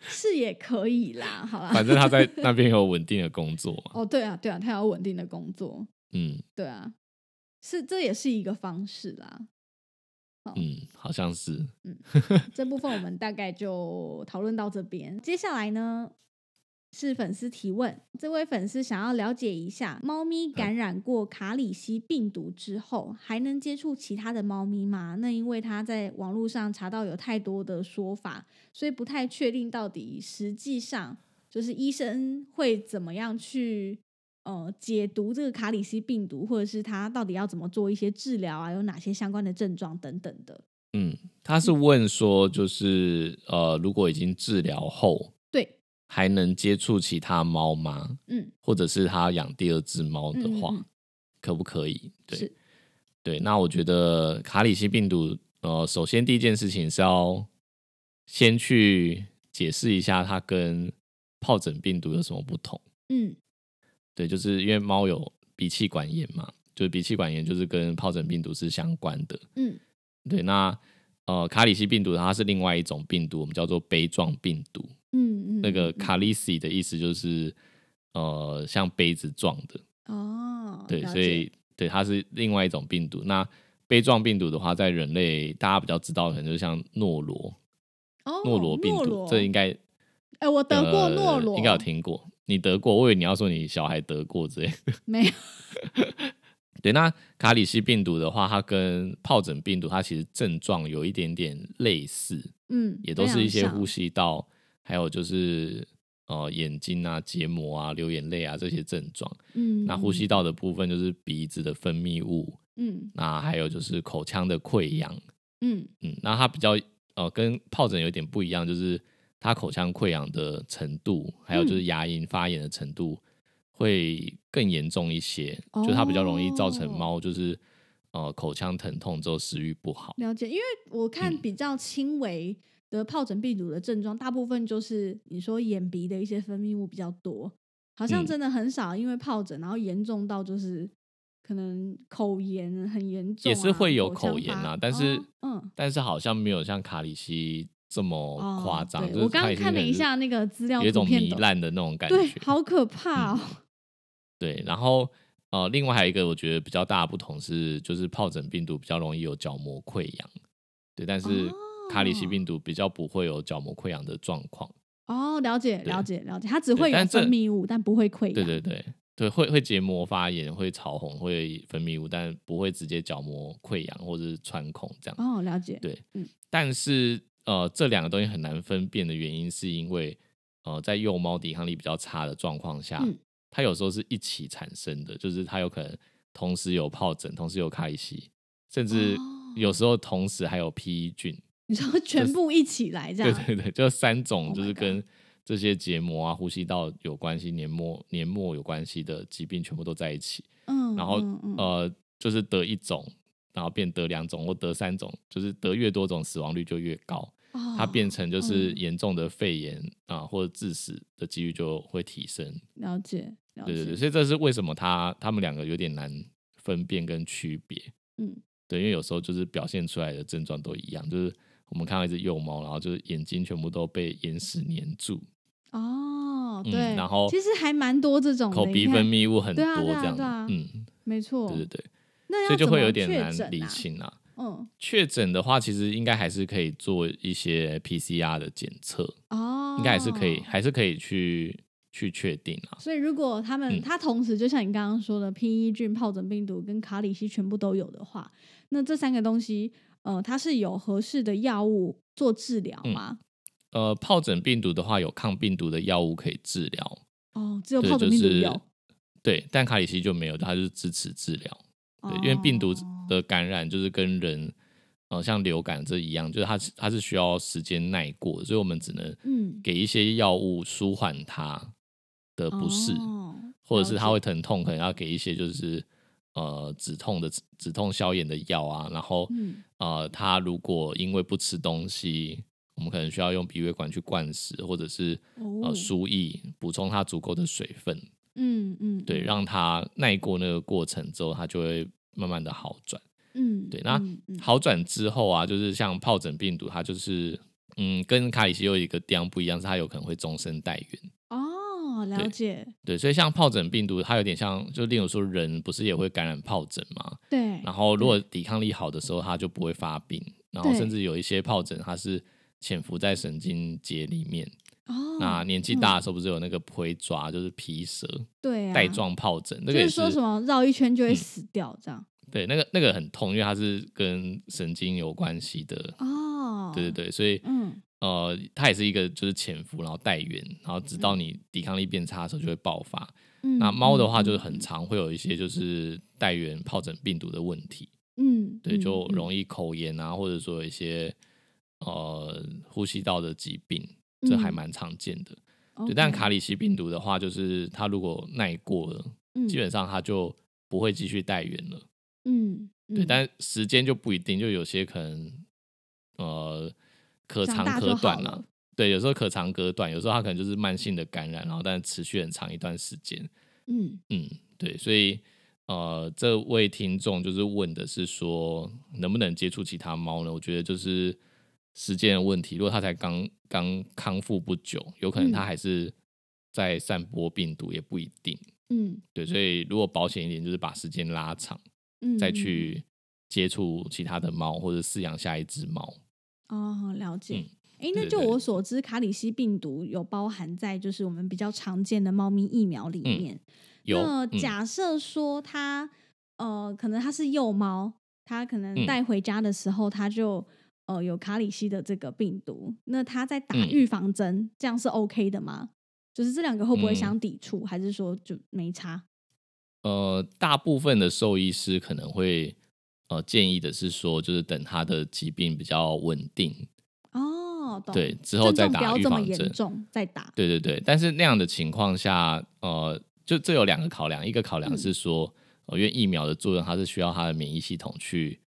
S1: 是也可以啦，好啦。
S2: 反正他在那边有稳定的工作嘛。
S1: 哦，对啊，对啊，他要稳定的工作，
S2: 嗯
S1: 对啊，是这也是一个方式啦。
S2: 嗯，好像是。
S1: 这部分我们大概就讨论到这边。接下来呢是粉丝提问，这位粉丝想要了解一下，猫
S2: 嗯
S1: 咪感染过卡里西病毒之后，还能接触其他的猫咪吗？那因为他在网络上查到有太多的说法，所以不太确定到底实际上就是医生会怎么样去。呃，解读这个卡里西病毒，或者是它到底要怎么做一些治疗啊？有哪些相关的症状等等的？
S2: 嗯，他是问说，就是呃，如果已经治疗后，
S1: 对，
S2: 还能接触其他猫吗？
S1: 嗯，
S2: 或者是他养第二只猫的话，
S1: 嗯嗯嗯
S2: 可不可以？对
S1: 是，
S2: 对，那我觉得卡里西病毒，呃，首先第一件事情是要先去解释一下它跟疱疹病毒有什么不同。
S1: 嗯
S2: 对，就是因为猫有鼻气管炎嘛，就是鼻气管炎就是跟疱疹病毒是相关的。
S1: 嗯，
S2: 对，那呃，卡里西病毒它是另外一种病毒，我们叫做杯状病毒。
S1: 嗯嗯，
S2: 那个
S1: 嗯
S2: 卡里西的意思就是呃，像杯子状的。
S1: 哦，
S2: 对，
S1: 了
S2: 所以
S1: 解
S2: 对它是另外一种病毒。那杯状病毒的话，在人类大家比较知道，可能就像诺罗、
S1: 哦，
S2: 诺罗病毒，这应
S1: 该
S2: 该
S1: 哎，我得过诺
S2: 呃
S1: 罗，
S2: 应该有听过。你得过，我以为你要说你小孩得过之类的。
S1: 没有？
S2: 对，那卡里西病毒的话，它跟疱疹病毒它其实症状有一点点类似，
S1: 嗯，
S2: 也都
S1: 非
S2: 是
S1: 常
S2: 一些
S1: 像
S2: 呼吸道，还有就是呃眼睛啊、结膜啊、流眼泪啊这些症状。
S1: 嗯，
S2: 那呼吸
S1: 嗯
S2: 道的部分就是鼻子的分泌物，
S1: 嗯
S2: 那还有就是口腔的溃疡，
S1: 嗯
S2: 嗯，那它比较呃跟疱疹有点不一样，就是它口腔溃疡的程度，还有就是牙龈发炎的程度会更严重一些，
S1: 哦
S2: 就它比较容易造成猫就是呃口腔疼痛之后食欲不好。
S1: 了解，因为我看
S2: 嗯
S1: 比较轻微的疱疹病毒的症状，大部分就是你说眼鼻的一些分泌物比较多，好像
S2: 嗯
S1: 真的很少因为疱疹，然后严重到就是可能口炎很严重啊、
S2: 也是会有
S1: 口
S2: 口炎
S1: 啊
S2: 啊，，但是、
S1: 哦嗯。
S2: 但是好像没有像卡里西这么
S1: 哦
S2: 夸张。
S1: 对
S2: 就是
S1: 我刚
S2: 它已经
S1: 看了一
S2: 很
S1: 下那个资料
S2: 有一种
S1: 图片
S2: 糜
S1: 的
S2: 烂的那种感觉。嗯
S1: 对，好可怕哦！
S2: 对，然后呃，另外还有一个我觉得比较大的不同是，就是疱疹病毒比较容易有角膜溃疡，对，但是卡里西
S1: 哦
S2: 病毒比较不会有角膜溃疡的状况。
S1: 哦，了解，
S2: 对
S1: 了解，了解，它只
S2: 对
S1: 会有
S2: 但这
S1: 分泌物，但不会溃疡。
S2: 对对对对，会会结膜发炎，会潮红，会分泌物，但不会直接角膜溃疡或者是穿孔这样。
S1: 哦，了解。
S2: 对，
S1: 嗯
S2: 但是呃，这两个东西很难分辨的原因，是因为呃，在幼猫抵抗力比较差的状况下，
S1: 嗯
S2: 它有时候是一起产生的，就是它有可能同时有疱疹，同时有卡里西，甚至
S1: 哦
S2: 有时候同时还有 PE 菌，
S1: 你说全部一起来这
S2: 对
S1: 样？
S2: 对对，就三种
S1: Oh
S2: 就是
S1: my god
S2: 跟这些结膜啊、呼吸道有关系、黏膜黏膜有关系的疾病全部都在一起，
S1: 嗯，
S2: 然后、
S1: 嗯嗯
S2: 呃，就是得一种。然后变得两种或得三种，就是得越多种死亡率就越高。
S1: 哦
S2: 呃它变成就是
S1: 嗯
S2: 严重的肺炎啊、或者致死的几率就会提升。
S1: 了解，了解，
S2: 对对对，所以这是为什么它它们两个有点难分辨跟区别。
S1: 嗯，
S2: 对，因为有时候就是表现出来的症状都一样，就是我们看到一只幼猫，然后就是眼睛全部都被眼屎粘住，
S1: 哦，
S2: 嗯
S1: 对，
S2: 然后
S1: 其实还蛮多这种的
S2: 口
S1: 你
S2: 鼻
S1: 看
S2: 分泌物很多
S1: 对啊对啊
S2: 这样子，
S1: 对啊
S2: 嗯，
S1: 没错，
S2: 对对对，
S1: 那
S2: 所以
S1: 要
S2: 就
S1: 怎
S2: 会
S1: 么
S2: 有点
S1: 确
S2: 难
S1: 诊
S2: 理
S1: 啊。
S2: 清啊。
S1: 嗯，
S2: 确诊的话，其实应该还是可以做一些 PCR 的检测，
S1: 哦，
S2: 应该还是可以，还是可以去去确定啊。
S1: 所以，如果他们、
S2: 嗯
S1: 它同时就像你刚刚说的，P E 菌、疱疹病毒跟卡里西全部都有的话，那这三个东西，呃，它是有合适的药物做治疗
S2: 嗯
S1: 吗？
S2: 呃，疱疹病毒的话，有抗病毒的药物可以治疗，
S1: 哦，只有
S2: 对
S1: 疱疹病毒
S2: 就是
S1: 有，
S2: 对，但卡里西就没有，它就是支持治疗，对，因为病毒
S1: 哦
S2: 的感染就是跟人，呃，像流感这一样，就是它是它是需要时间耐过，所以我们只能
S1: 嗯
S2: 给一些药物舒缓它的不适，
S1: 哦
S2: 或者是它
S1: 了
S2: 会疼痛，可能要给一些就是呃止痛的止痛消炎的药啊，然后、
S1: 嗯
S2: 呃，它如果因为不吃东西，我们可能需要用鼻胃管去灌食，或者是
S1: 哦
S2: 呃输液补充它足够的水分，
S1: 嗯嗯，
S2: 对，
S1: 嗯
S2: 让它耐过那个过程之后，它就会慢慢的好转。
S1: 嗯
S2: 对，那
S1: 嗯嗯
S2: 好转之后啊，就是像疱疹病毒，它就是嗯，跟卡里西有一个地方不一样，是它有可能会终身带源。
S1: 哦，了
S2: 对
S1: 解，
S2: 对，所以像疱疹病毒，它有点像，就例如说人不是也会感染疱疹吗？
S1: 对，
S2: 然后如果抵抗力好的时候，它就不会发病。然后
S1: 对
S2: 甚至有一些疱疹，它是潜伏在神经节里面。
S1: 哦，
S2: 那年纪大的时候，不是有那个皮抓，就是皮蛇
S1: 对啊，
S2: 带状疱疹，那
S1: 就
S2: 个也
S1: 是
S2: 是
S1: 说什么绕一圈就会
S2: 嗯
S1: 死掉这样，
S2: 对，那个那个很痛，因为它是跟神经有关系的。
S1: 哦，
S2: 对对对，所以
S1: 嗯，
S2: 呃，它也是一个就是潜伏，然后带源，然后直到你抵抗力变差的时候就会爆发。
S1: 嗯，
S2: 那猫的
S1: 嗯
S2: 话，就是
S1: 嗯
S2: 很常会有一些就是带源疱疹病毒的问题，
S1: 嗯，
S2: 对，
S1: 嗯
S2: 就
S1: 嗯
S2: 容易口炎啊，或者说有一些呃呼吸道的疾病，这还
S1: 嗯
S2: 蛮常见的。对，
S1: OK
S2: 但卡里西病毒的话，就是它如果耐过了，
S1: 嗯
S2: 基本上它就不会继续带源了。
S1: 嗯，
S2: 对，
S1: 嗯
S2: 但时间就不一定，就有些可能呃可
S1: 长
S2: 长
S1: 大
S2: 可
S1: 就
S2: 短
S1: 好
S2: 啦、
S1: 了
S2: 对，有时候可长可短，有时候它可能就是慢性的感染，然后但持续很长一段时间。
S1: 嗯
S2: 嗯，对，所以呃，这位听众就是问的是说能不能接触其他猫呢？我觉得就是时间的问题，如果它才刚刚康复不久，有可能它
S1: 嗯
S2: 还是在散播病毒，也不一定。
S1: 嗯
S2: 对，所以如果保险一点，就是把时间拉长。
S1: 嗯，
S2: 再
S1: 嗯
S2: 去接触其他的猫，或者饲养下一只猫。
S1: 哦，了解
S2: 嗯。
S1: 哎，
S2: 对
S1: 那
S2: 对
S1: 就
S2: 对
S1: 我所知，卡里西病毒有包含在就是我们比较常见的猫咪疫苗里
S2: 嗯
S1: 面。
S2: 有，
S1: 那
S2: 嗯
S1: 假设说它呃，可能它是幼猫，它可能
S2: 嗯
S1: 带回家的时候，它就呃有卡里西的这个病毒，那它在打
S2: 嗯
S1: 预防针，这样是 OK 的吗？就是这两个会不会
S2: 嗯
S1: 相抵触，还是说就没差？
S2: 呃，大部分的兽医师可能会呃建议的是说，就是等他的疾病比较稳定，
S1: 哦，懂。
S2: 对，之后再
S1: 症状不
S2: 打
S1: 要
S2: 预
S1: 这么
S2: 防
S1: 严
S2: 针。
S1: 重再打。
S2: 对对对，但是那样的情况下，呃，就这有两个考量，一个考
S1: 嗯
S2: 量是说，呃，因为疫苗的作用，它是需要它的免疫系统去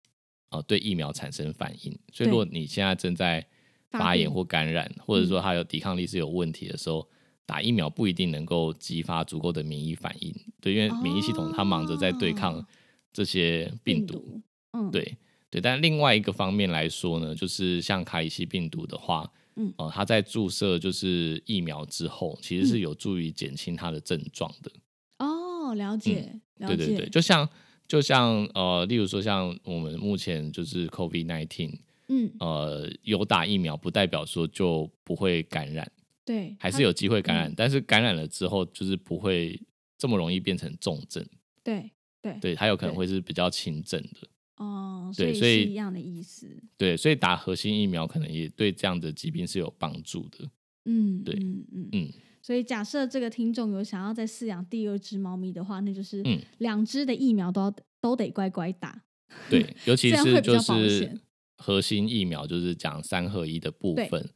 S2: 呃对疫苗产生反应，所以如果你现在正在发炎
S1: 病嗯
S2: 或感染，或者说它有抵抗力是有问题的时候，打疫苗不一定能够激发足够的免疫反应，对，因为免疫系统它忙着在对抗
S1: 哦
S2: 这些病毒，
S1: 毒，嗯，，
S2: 对对，但另外一个方面来说呢，就是像卡里西病毒的话，
S1: 嗯
S2: 呃，它在注射就是疫苗之后，其实是
S1: 嗯
S2: 有助于减轻它的症状的。
S1: 哦，了解，了
S2: 嗯对对对，
S1: 解，
S2: 就像就像呃，例如说像我们目前就是 COVID nineteen，
S1: 嗯，
S2: 呃，有打疫苗不代表说就不会感染，
S1: 对，
S2: 还
S1: 它嗯
S2: 是有机会感染，但是感染了之后就是不会这么容易变成重症，
S1: 对对，
S2: 对，它有可能
S1: 对
S2: 会是比较轻症的。
S1: 哦，
S2: 对所
S1: 是
S2: 以
S1: 一样的意思，
S2: 对，所以打核心疫苗可能也对这样的疾病是有帮助的。
S1: 嗯，
S2: 对
S1: 嗯嗯
S2: 嗯，
S1: 所以假设这个听众有想要再饲养第二只猫咪的话，那就是
S2: 嗯
S1: 两只的疫苗都要都得乖乖打，
S2: 对，尤其
S1: 这样
S2: 是
S1: 会比较
S2: 就
S1: 保
S2: 是
S1: 险
S2: 核心疫苗，就是讲三合一的部
S1: 对
S2: 分，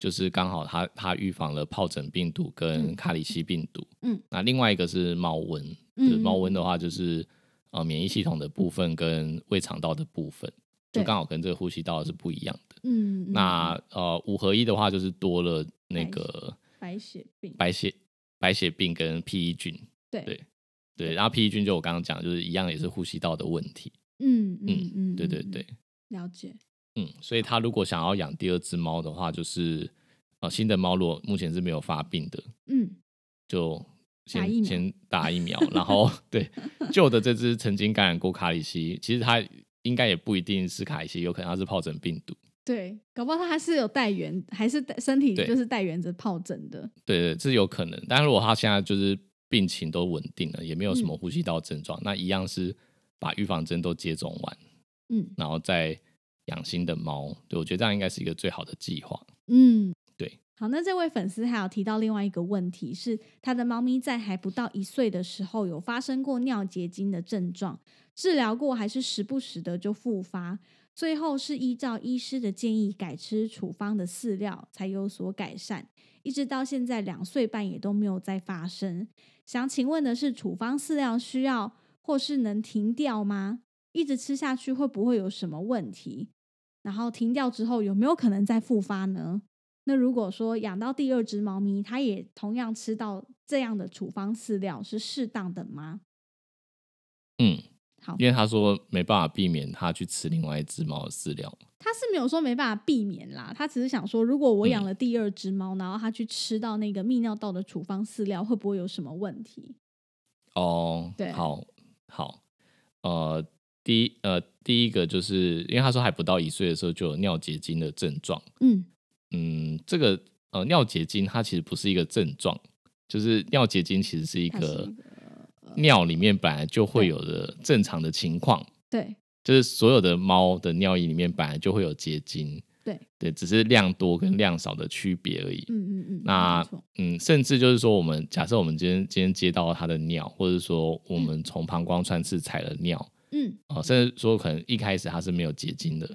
S2: 就是刚好它它预防了疱疹病毒跟
S1: 嗯
S2: 卡里西病毒。
S1: 嗯，
S2: 那另外一个是猫瘟，就是
S1: 嗯，
S2: 猫瘟
S1: 嗯
S2: 的话，就是呃免疫系统的部分跟胃肠道的部分，就
S1: 对
S2: 刚好跟这个呼吸道是不一样的。
S1: 嗯，嗯
S2: 那呃五合一的话，就是多了
S1: 白
S2: 那个
S1: 白血病，
S2: 白血白血病跟 PE 菌。
S1: 对
S2: 对对，然后 PE 菌就我刚刚讲，就是一样也是呼吸道的问题。
S1: 嗯嗯
S2: 嗯
S1: 嗯，
S2: 对对
S1: 嗯
S2: 对，，
S1: 了解，
S2: 嗯，所以他如果想要养第二只猫的话，就是呃新的猫如果目前是没有发病的，
S1: 嗯，
S2: 就先
S1: 打疫苗
S2: 先打疫苗，然后 对旧的这只曾经感染过卡里西，其实它应该也不一定是卡里西，有可能它是疱疹病毒。
S1: 对，搞不好它还是有带源，还是带身体
S2: 对
S1: 就是带源着疱疹的，
S2: 对对，这有可能。但如果他现在就是病情都稳定了，也没有什么
S1: 嗯
S2: 呼吸道症状，那一样是把预防针都接种完，
S1: 嗯
S2: 然后再养新的猫。对我觉得这样应该是一个最好的计划。
S1: 嗯，
S2: 对。
S1: 好，那这位粉丝还有提到另外一个问题是，他的猫咪在还不到一岁的时候有发生过尿结晶的症状，治疗过还是时不时的就复发，最后是依照医师的建议改吃处方的饲料才有所改善，一直到现在两岁半也都没有再发生。想请问的是，处方饲料需要或是能停掉吗？一直吃下去会不会有什么问题？然后停掉之后有没有可能再复发呢？那如果说养到第二只猫咪，它也同样吃到这样的处方饲料，是适当的吗？
S2: 嗯，
S1: 好，
S2: 因为他说没办法避免他去吃另外一只猫的饲料。
S1: 他是没有说没办法避免啦，他只是想说，如果我
S2: 嗯
S1: 养了第二只猫，然后它去吃到那个泌尿道的处方饲料，会不会有什么问题？
S2: 哦，
S1: 对
S2: 好，好，呃，第一，呃，第一个就是因为他说还不到一岁的时候就有尿结晶的症状。
S1: 嗯，
S2: 嗯，这个呃尿结晶它其实不是一个症状，就是尿结晶其实是一
S1: 它是一
S2: 个
S1: 个
S2: 尿里面本来就会有的正常的情况，
S1: 对
S2: 就是所有的猫的尿液里面本来就会有结晶，
S1: 对，
S2: 对，只是量多跟量少的区别而已。
S1: 嗯嗯嗯，
S2: 那
S1: 没错
S2: 嗯，甚至就是说，我们假设我们今天今天接到它的尿，或者说我们从膀胱穿刺采了尿，
S1: 嗯
S2: 啊、甚至说可能一开始它是没有结晶的，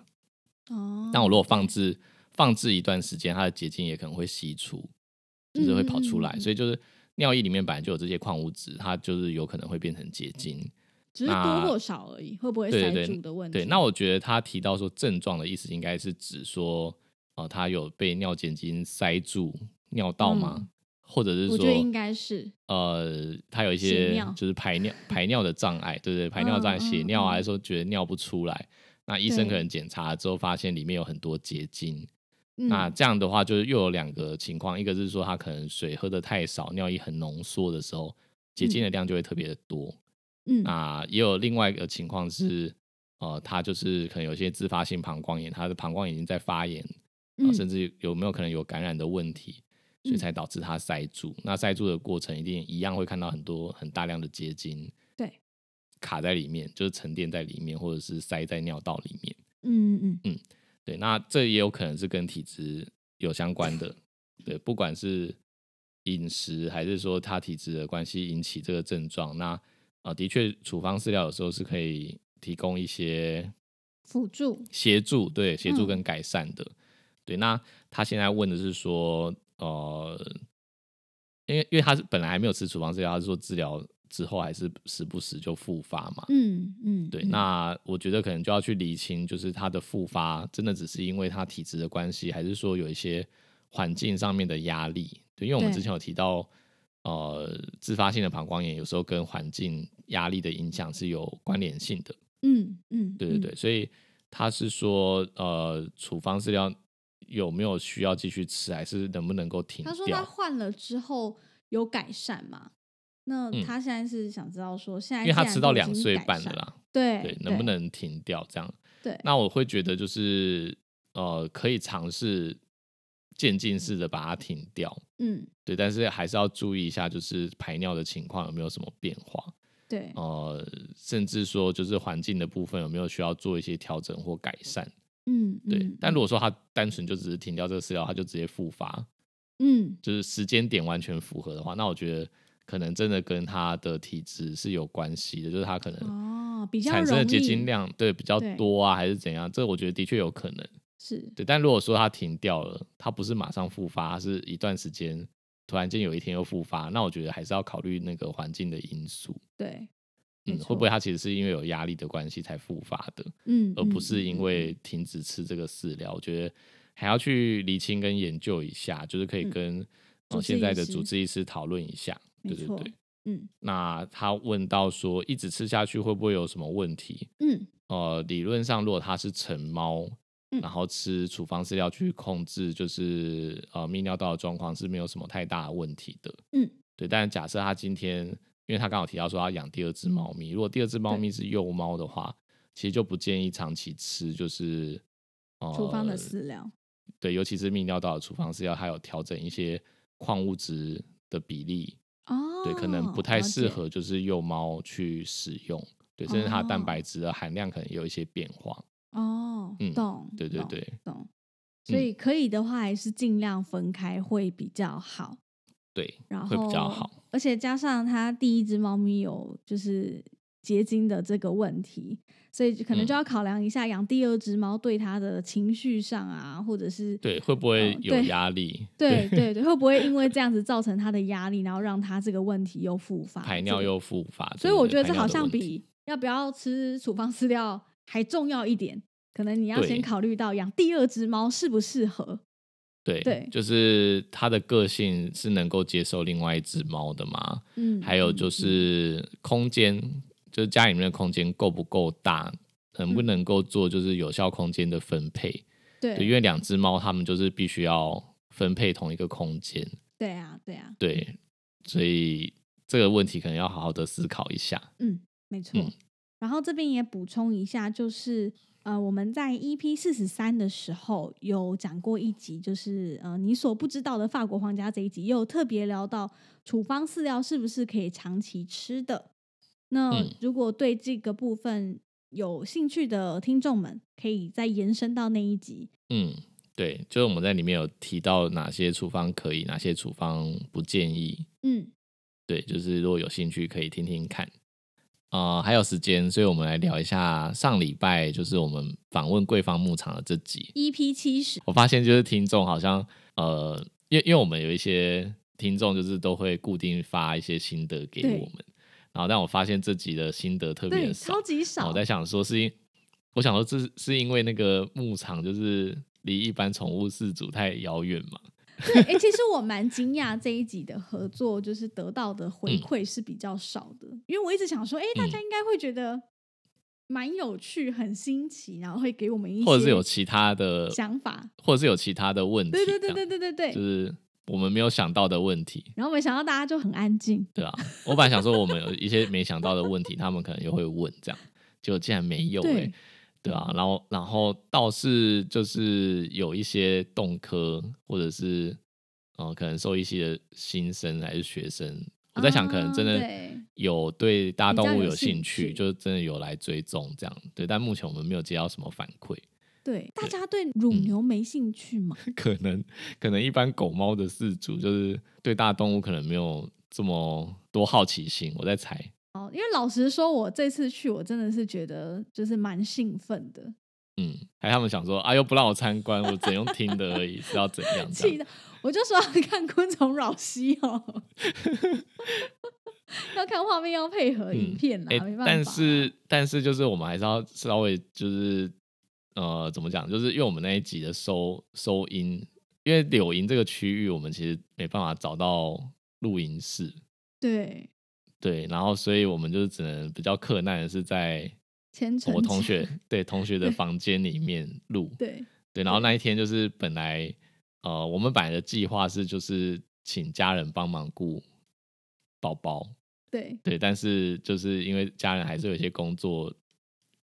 S1: 哦，
S2: 但我如果放置放置一段时间，它的结晶也可能会析出，就是会跑出来，
S1: 嗯嗯嗯嗯
S2: 所以就是尿液里面本来就有这些矿物质，它就是有可能会变成结晶。
S1: 只是多
S2: 那
S1: 或少而已，会不会
S2: 对
S1: 塞
S2: 对
S1: 住的问题？
S2: 对，那我觉得他提到说症状的意思，应该是指说，哦、它有被尿结晶塞住尿道吗？
S1: 嗯
S2: 或者是
S1: 我
S2: 说，
S1: 觉得应该是
S2: 呃，他有一
S1: 血
S2: 些
S1: 尿
S2: 就是排尿排尿的障碍，对不对？排尿障碍、
S1: 嗯
S2: 血尿
S1: 嗯嗯
S2: 啊，还是说觉得尿不出来，那医生
S1: 对
S2: 可能检查了之后发现里面有很多结晶。
S1: 嗯
S2: 那这样的话，就是又有两个情况，一个是说他可能水喝的太少，尿液很浓缩的时候，结晶的量就会特别的多。
S1: 嗯
S2: 那也有另外一个情况是，呃，他就是可能有一些自发性膀胱炎，他的膀胱已经在发炎，啊，
S1: 嗯
S2: 甚至有没有可能有感染的问题，所以
S1: 嗯
S2: 才导致它塞住。那塞住的过程一定一样会看到很多很大量的结晶
S1: 对
S2: 卡在里面，就是沉淀在里面，或者是塞在尿道里面。
S1: 嗯嗯
S2: 对，那这也有可能是跟体质有相关的。对，不管是饮食还是说他体质的关系引起这个症状，那啊、呃的确处方饲料有时候是可以提供一些
S1: 辅助，
S2: 协助，对，协助
S1: 嗯
S2: 跟改善的。对，那他现在问的是说，呃，因为因为他是本来还没有吃处方药，他是说治疗之后还是时不时就复发嘛。
S1: 嗯嗯，
S2: 对，
S1: 嗯
S2: 那我觉得可能就要去厘清，就是他的复发真的只是因为他体质的关系，还是说有一些环境上面的压力？对，因为我们
S1: 对
S2: 之前有提到，呃，自发性的膀胱炎有时候跟环境压力的影响是有关联性的。
S1: 嗯嗯，
S2: 对对
S1: 嗯
S2: 对，，所以他是说，呃，处方治疗有没有需要继续吃，还是能不能够停
S1: 他说他
S2: 掉？
S1: 换了之后有改善嘛？那
S2: 嗯
S1: 他现在是想知道说，现在
S2: 因为他
S1: 既然
S2: 吃到
S1: 啊都已
S2: 两
S1: 经
S2: 岁
S1: 改
S2: 半了
S1: 善，哎
S2: 啦，
S1: 对
S2: 对，能不能停掉这样？
S1: 对
S2: 那我会觉得就是呃，可以尝试渐进式的把它停掉，
S1: 嗯
S2: 对，但是还是要注意一下，就是排尿的情况有没有什么变化，
S1: 对
S2: 呃，甚至说就是环境的部分有没有需要做一些调整或改善，
S1: 嗯
S2: 对。
S1: 嗯
S2: 但如果说他单纯就只是停掉这个饲料，他就直接复发，
S1: 嗯
S2: 就是时间点完全符合的话，那我觉得可能真的跟他的体质是有关系的，就是他可能
S1: 哦，比较
S2: 产生的
S1: 容
S2: 结
S1: 易
S2: 晶量对比较
S1: 对
S2: 多啊，还是怎样？这我觉得的确有可能。
S1: 是
S2: 对，但如果说它停掉了，它不是马上复发，它是一段时间，突然间有一天又复发，那我觉得还是要考虑那个环境的因素，
S1: 对，没
S2: 嗯，
S1: 错
S2: 会不会它其实是因为有压力的关系才复发的，
S1: 嗯，
S2: 而
S1: 嗯
S2: 不是
S1: 嗯
S2: 因
S1: 嗯
S2: 为停止吃这个饲料？我觉得还要去厘清跟研究一下，就是可以
S1: 嗯
S2: 跟、
S1: 主
S2: 呃、现
S1: 治
S2: 在
S1: 医
S2: 的
S1: 师
S2: 主治医师讨论一下，
S1: 没
S2: 对对
S1: 错
S2: 对。
S1: 嗯
S2: 那他问到说，一直吃下去会不会有什么问题？
S1: 嗯
S2: 呃，理论上如果它是成猫，
S1: 嗯
S2: 然后吃处方饲料去控制，就是呃泌尿道的状况是没有什么太大的问题的。
S1: 嗯，
S2: 对。但假设它今天，因为他刚好提到说他养第二只猫咪，如果第二只猫咪是幼猫的话，其实就不建议长期吃，就是呃
S1: 处方的饲料，
S2: 对，尤其是泌尿道的处方饲料，它有调整一些矿物质的比例，
S1: 哦，
S2: 对，可能不太
S1: 了
S2: 适
S1: 解
S2: 合就是幼猫去使用，对，甚至它的蛋
S1: 哦
S2: 白质的含量可能有一些变化，
S1: 哦，
S2: 嗯
S1: 懂，
S2: 对对
S1: 懂
S2: 对，
S1: 懂。所
S2: 嗯
S1: 以可以的话，还是尽量分开会比较好，
S2: 对，
S1: 然
S2: 会
S1: 后
S2: 比较好，。
S1: 而且加上它第一只猫咪有就是结晶的这个问题，所以就可能就
S2: 嗯
S1: 要考量一下养第二只猫对它的情绪上啊，或者是
S2: 对，会不会
S1: 嗯
S2: 有
S1: 对
S2: 压力？
S1: 对对对，会不会因为这 样子造成它的压力，然后让它这个问题又复发？
S2: 排
S1: 这
S2: 尿
S1: 个
S2: 又复发，
S1: 所
S2: 对
S1: 以
S2: 对
S1: 我
S2: 对
S1: 觉得
S2: 排
S1: 这
S2: 尿
S1: 好
S2: 的
S1: 像
S2: 问题
S1: 比要不要吃处方饲料还重要一点。可能你要
S2: 对
S1: 先考虑到养第二只猫适不适合。
S2: 对
S1: 对
S2: 就是它的个性是能够接受另外一只猫的吗？
S1: 嗯，
S2: 还有
S1: 嗯
S2: 就
S1: 嗯
S2: 是空间，就是家里面的空间够不够大，能不
S1: 嗯
S2: 能够做就是有效空间的分配？对，因
S1: 对
S2: 为两只猫它们就是必须要分配同一个空间，
S1: 对啊，对啊，
S2: 对，所以这个问题可能要好好的思考一下。
S1: 嗯，没错。
S2: 嗯
S1: 然后这边也补充一下，就是呃，我们在 EP 四十三的时候有讲过一集，就是呃，你所不知道的法国皇家这一集，也有特别聊到处方饲料是不是可以长期吃的。那
S2: 嗯
S1: 如果对这个部分有兴趣的听众们，可以再延伸到那一集。
S2: 嗯，对，就是我们在里面有提到哪些处方可以，哪些处方不建议。
S1: 嗯，
S2: 对，就是如果有兴趣可以听听看。呃，还有时间，所以我们来聊一下上礼拜就是我们访问桂芳牧场的这集。
S1: EP ，E 七十，
S2: 我发现就是听众好像呃，因为因为我们有一些听众就是都会固定发一些心得给
S1: 对
S2: 我们，然后但我发现这集的心得特别
S1: 对，
S2: 少
S1: 超，级
S2: 然后
S1: 少
S2: 我。在想说是因，我想说这是是因为那个牧场就是离一般宠物饲主太遥远嘛，
S1: 对， 哎、其实我蛮惊讶这一集的合作，就是得到的回
S2: 嗯
S1: 馈是比较少的，因为我一直想说，哎、大家应该会觉得蛮有趣、很新奇，然后会给我们一些
S2: 或者是有其他的
S1: 想法。
S2: 或者是有其他的问题，
S1: 对对对对，对对对。
S2: 就是我们没有想到的问题，
S1: 然后没想到大家就很安静，
S2: 对 啊，我本来想说我们有一些没想到的问题，他们可能也会问这样，结果竟然没有哎、
S1: 对
S2: 对啊，然后然后倒是就是有一些动科或者是呃可能兽医系的新生还是学生，我在想可能真
S1: 啊
S2: 的
S1: 对
S2: 有对大动物
S1: 比较
S2: 有兴
S1: 有兴趣
S2: 趣，就是真的有来追踪这样，对，但目前我们没有接到什么反馈，
S1: 对，大家对
S2: 嗯
S1: 乳牛没兴趣嘛？
S2: 可能可能一般狗猫的饲主就是对大动物可能没有这么多好奇心，我在猜，
S1: 哦，因为老实说，我这次去我真的是觉得就是蛮兴奋的，
S2: 嗯，还他们想说啊，又不让我参观，我只用听的而已，是要怎样？这
S1: 气
S2: 样
S1: 的，我就说要看昆虫扰西哦，要看画面要配合影片啦，
S2: 哎、
S1: 没办法。啊
S2: 但是但是就是我们还是要稍微就是呃怎么讲，就是因为我们那一集的收收音，因为柳营这个区域我们其实没办法找到录音室，
S1: 对
S2: 对，然后所以我们就只能比较克难的是在
S1: 前程
S2: 我同
S1: 讲
S2: 学对同学的
S1: 对
S2: 房间里面录，
S1: 嗯对
S2: 对，然后那一天就是本来呃我们本来的计划是就是请家人帮忙顾宝宝，
S1: 对
S2: 对，但是就是因为家人还是有一些工作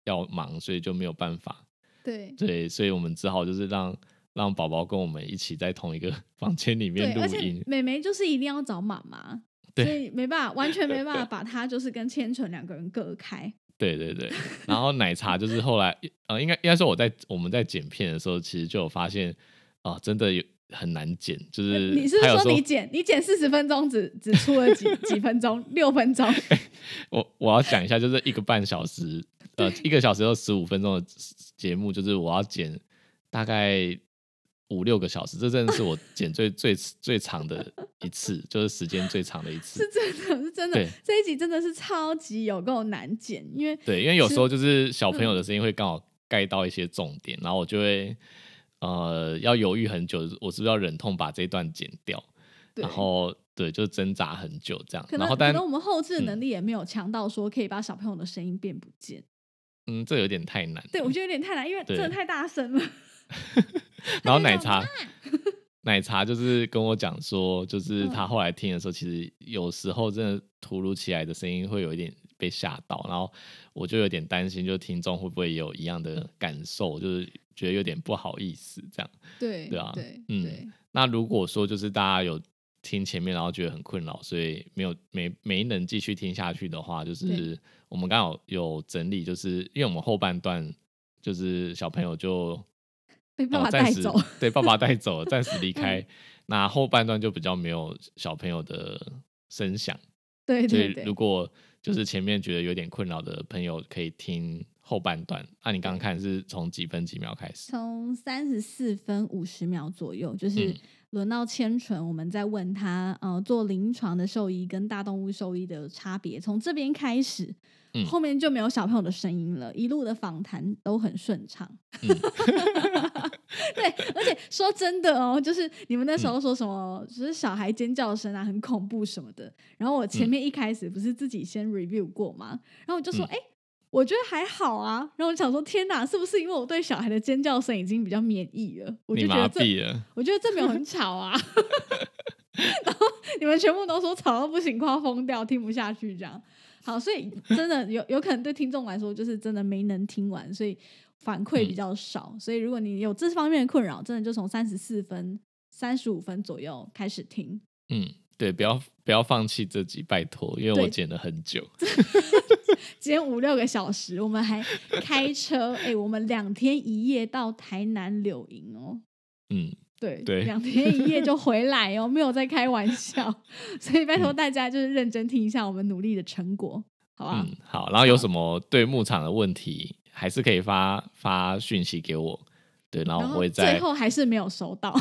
S2: 要忙，所以就没有办法。
S1: 对
S2: 对，所以我们只好就是让让宝宝跟我们一起在同一个 房间里
S1: 对
S2: 面，
S1: 而
S2: 录
S1: 且
S2: 音。
S1: 美眉就是一定要找妈妈，所
S2: 对
S1: 以没办法，完全没办 法把她就是跟千纯两个人隔开。
S2: 对对对。然后奶茶就是后来呃，应该应该说我在我们在剪片的时候，其实就有发现啊、真的有很难剪，就是
S1: 呃你是不
S2: 还
S1: 是
S2: 有
S1: 说
S2: 时候
S1: 你剪你剪四十分钟只只出了几几分钟，六分钟？
S2: 我我要讲一下，就是一个半小时，呃，一个小时又十五分钟的节目，就是我要剪大概五六个小时，这真的是我剪最最最长的一次，就是时间最长的一次
S1: 是。真的，是真的
S2: 对，
S1: 这一集真的是超级有够难剪，因为
S2: 对，因为有时候就是小朋友
S1: 嗯
S2: 的声音会刚好盖到一些重点，然后我就会呃要犹豫很久，我是不是要忍痛把这一段剪掉？
S1: 对
S2: 然后对，就挣扎很久这样。
S1: 可
S2: 然
S1: 能
S2: 后
S1: 可
S2: 但
S1: 能我们后置
S2: 嗯
S1: 能力也没有强到说可以把小朋友的声音变不见。
S2: 嗯，这有点太难。
S1: 对，我觉得有点太难，因为真的
S2: 嗯对
S1: 太大声了。
S2: 然
S1: 他
S2: 后奶
S1: 就
S2: 茶， 奶茶就是跟我讲说，
S1: 嗯
S2: 就是他后来听的时候，其实有时候真的突如其来的声音会有一点被吓到，然后我就有点担心，就听众会不会有一样的感受，就是觉得有点不好意思这样。
S1: 对
S2: 对啊
S1: 对
S2: 嗯
S1: 对
S2: 那如果说就是大家有听前面，然后觉得很困扰，所以没有没没能继续听下去的话，就是
S1: 对
S2: 我们刚好有整理，就是因为我们后半段就是小朋友就
S1: 被 爸
S2: 哦
S1: 爸
S2: 暂
S1: 带
S2: 时
S1: 走。 嗯
S2: 对，爸爸带走，暂时离开。那后半段就比较没有小朋友的声响，
S1: 对
S2: 所
S1: 对
S2: 以
S1: 对嗯
S2: 如，果就是前面觉得有点困扰的朋友，可以听后半段。那、你刚刚看是从几分几秒开始？
S1: 从三十四分五十秒左右，就是
S2: 嗯
S1: 轮到千纯，我们在问他，呃，做临床的兽医跟大动物兽医的差别，从这边开始，
S2: 嗯
S1: 后面就没有小朋友的声音了，一路的访谈都很顺畅。对， 而且说真的哦，就是你们那
S2: 嗯
S1: 时候说什么，就是小孩尖叫声啊，很恐怖什么的。然后我前面一开始不是自己先 review 过吗？然后我就说，
S2: 嗯
S1: 哎、我觉得还好啊。然后我想说，天哪，是不是因为我对小孩的尖叫声已经比较免疫了？我
S2: 你
S1: 就觉得
S2: 麻
S1: 这，
S2: 痹了，
S1: 我觉得这没有很吵啊。 然后你们全部都说吵到不行，快要疯掉，听不下去这样。好，所以真的有有可能对听众来说，就是真的没能听完，所以反馈比较少。所以如果你有这方面的困扰，真的就从三十四分、三十五分左右开始听。
S2: 嗯，对，不要不要放弃这集，拜托，因为我
S1: 对
S2: 剪了很久，
S1: 今天五六个小时，我们还开车，哎、我们两天一夜到台南柳营哦。
S2: 嗯，
S1: 对
S2: 对
S1: 两天一夜就回来哦，没有在开玩笑， 所以拜
S2: 嗯
S1: 托大家就是认真听一下我们努力的成果，好吧？
S2: 嗯，好，然后有什么对牧场的问题，还是可以发发讯息给我，对，然后
S1: 然
S2: 我
S1: 后
S2: 会
S1: 最
S2: 在。
S1: 后还是没有收 到，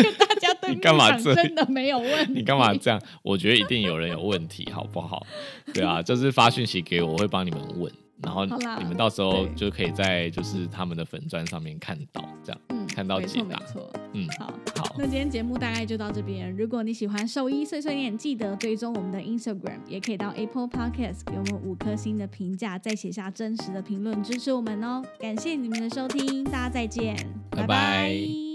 S1: 因为大家对
S2: 你干嘛
S1: 牧场
S2: 这样
S1: 真的没有问题，
S2: 你干嘛这样？我觉得一定有人有问题，好不好？对啊，就是发讯息给我，我会帮你们问，然后
S1: 好啦
S2: 你们到时候
S1: 对
S2: 就可以在就是他们的粉砖上面看到，这样
S1: 嗯，
S2: 看到
S1: 没
S2: 解
S1: 错没
S2: 答。
S1: 错，
S2: 嗯，
S1: 好。
S2: 好
S1: 那，今天节目大概就到这边。如果你喜欢兽医碎碎念，记得追踪我们的 Instagram，也可以到 Apple Podcast 给我们五颗星的评价，再写下真实的评论支持我们哦。感谢你们的收听，大家再见，
S2: 拜拜
S1: 拜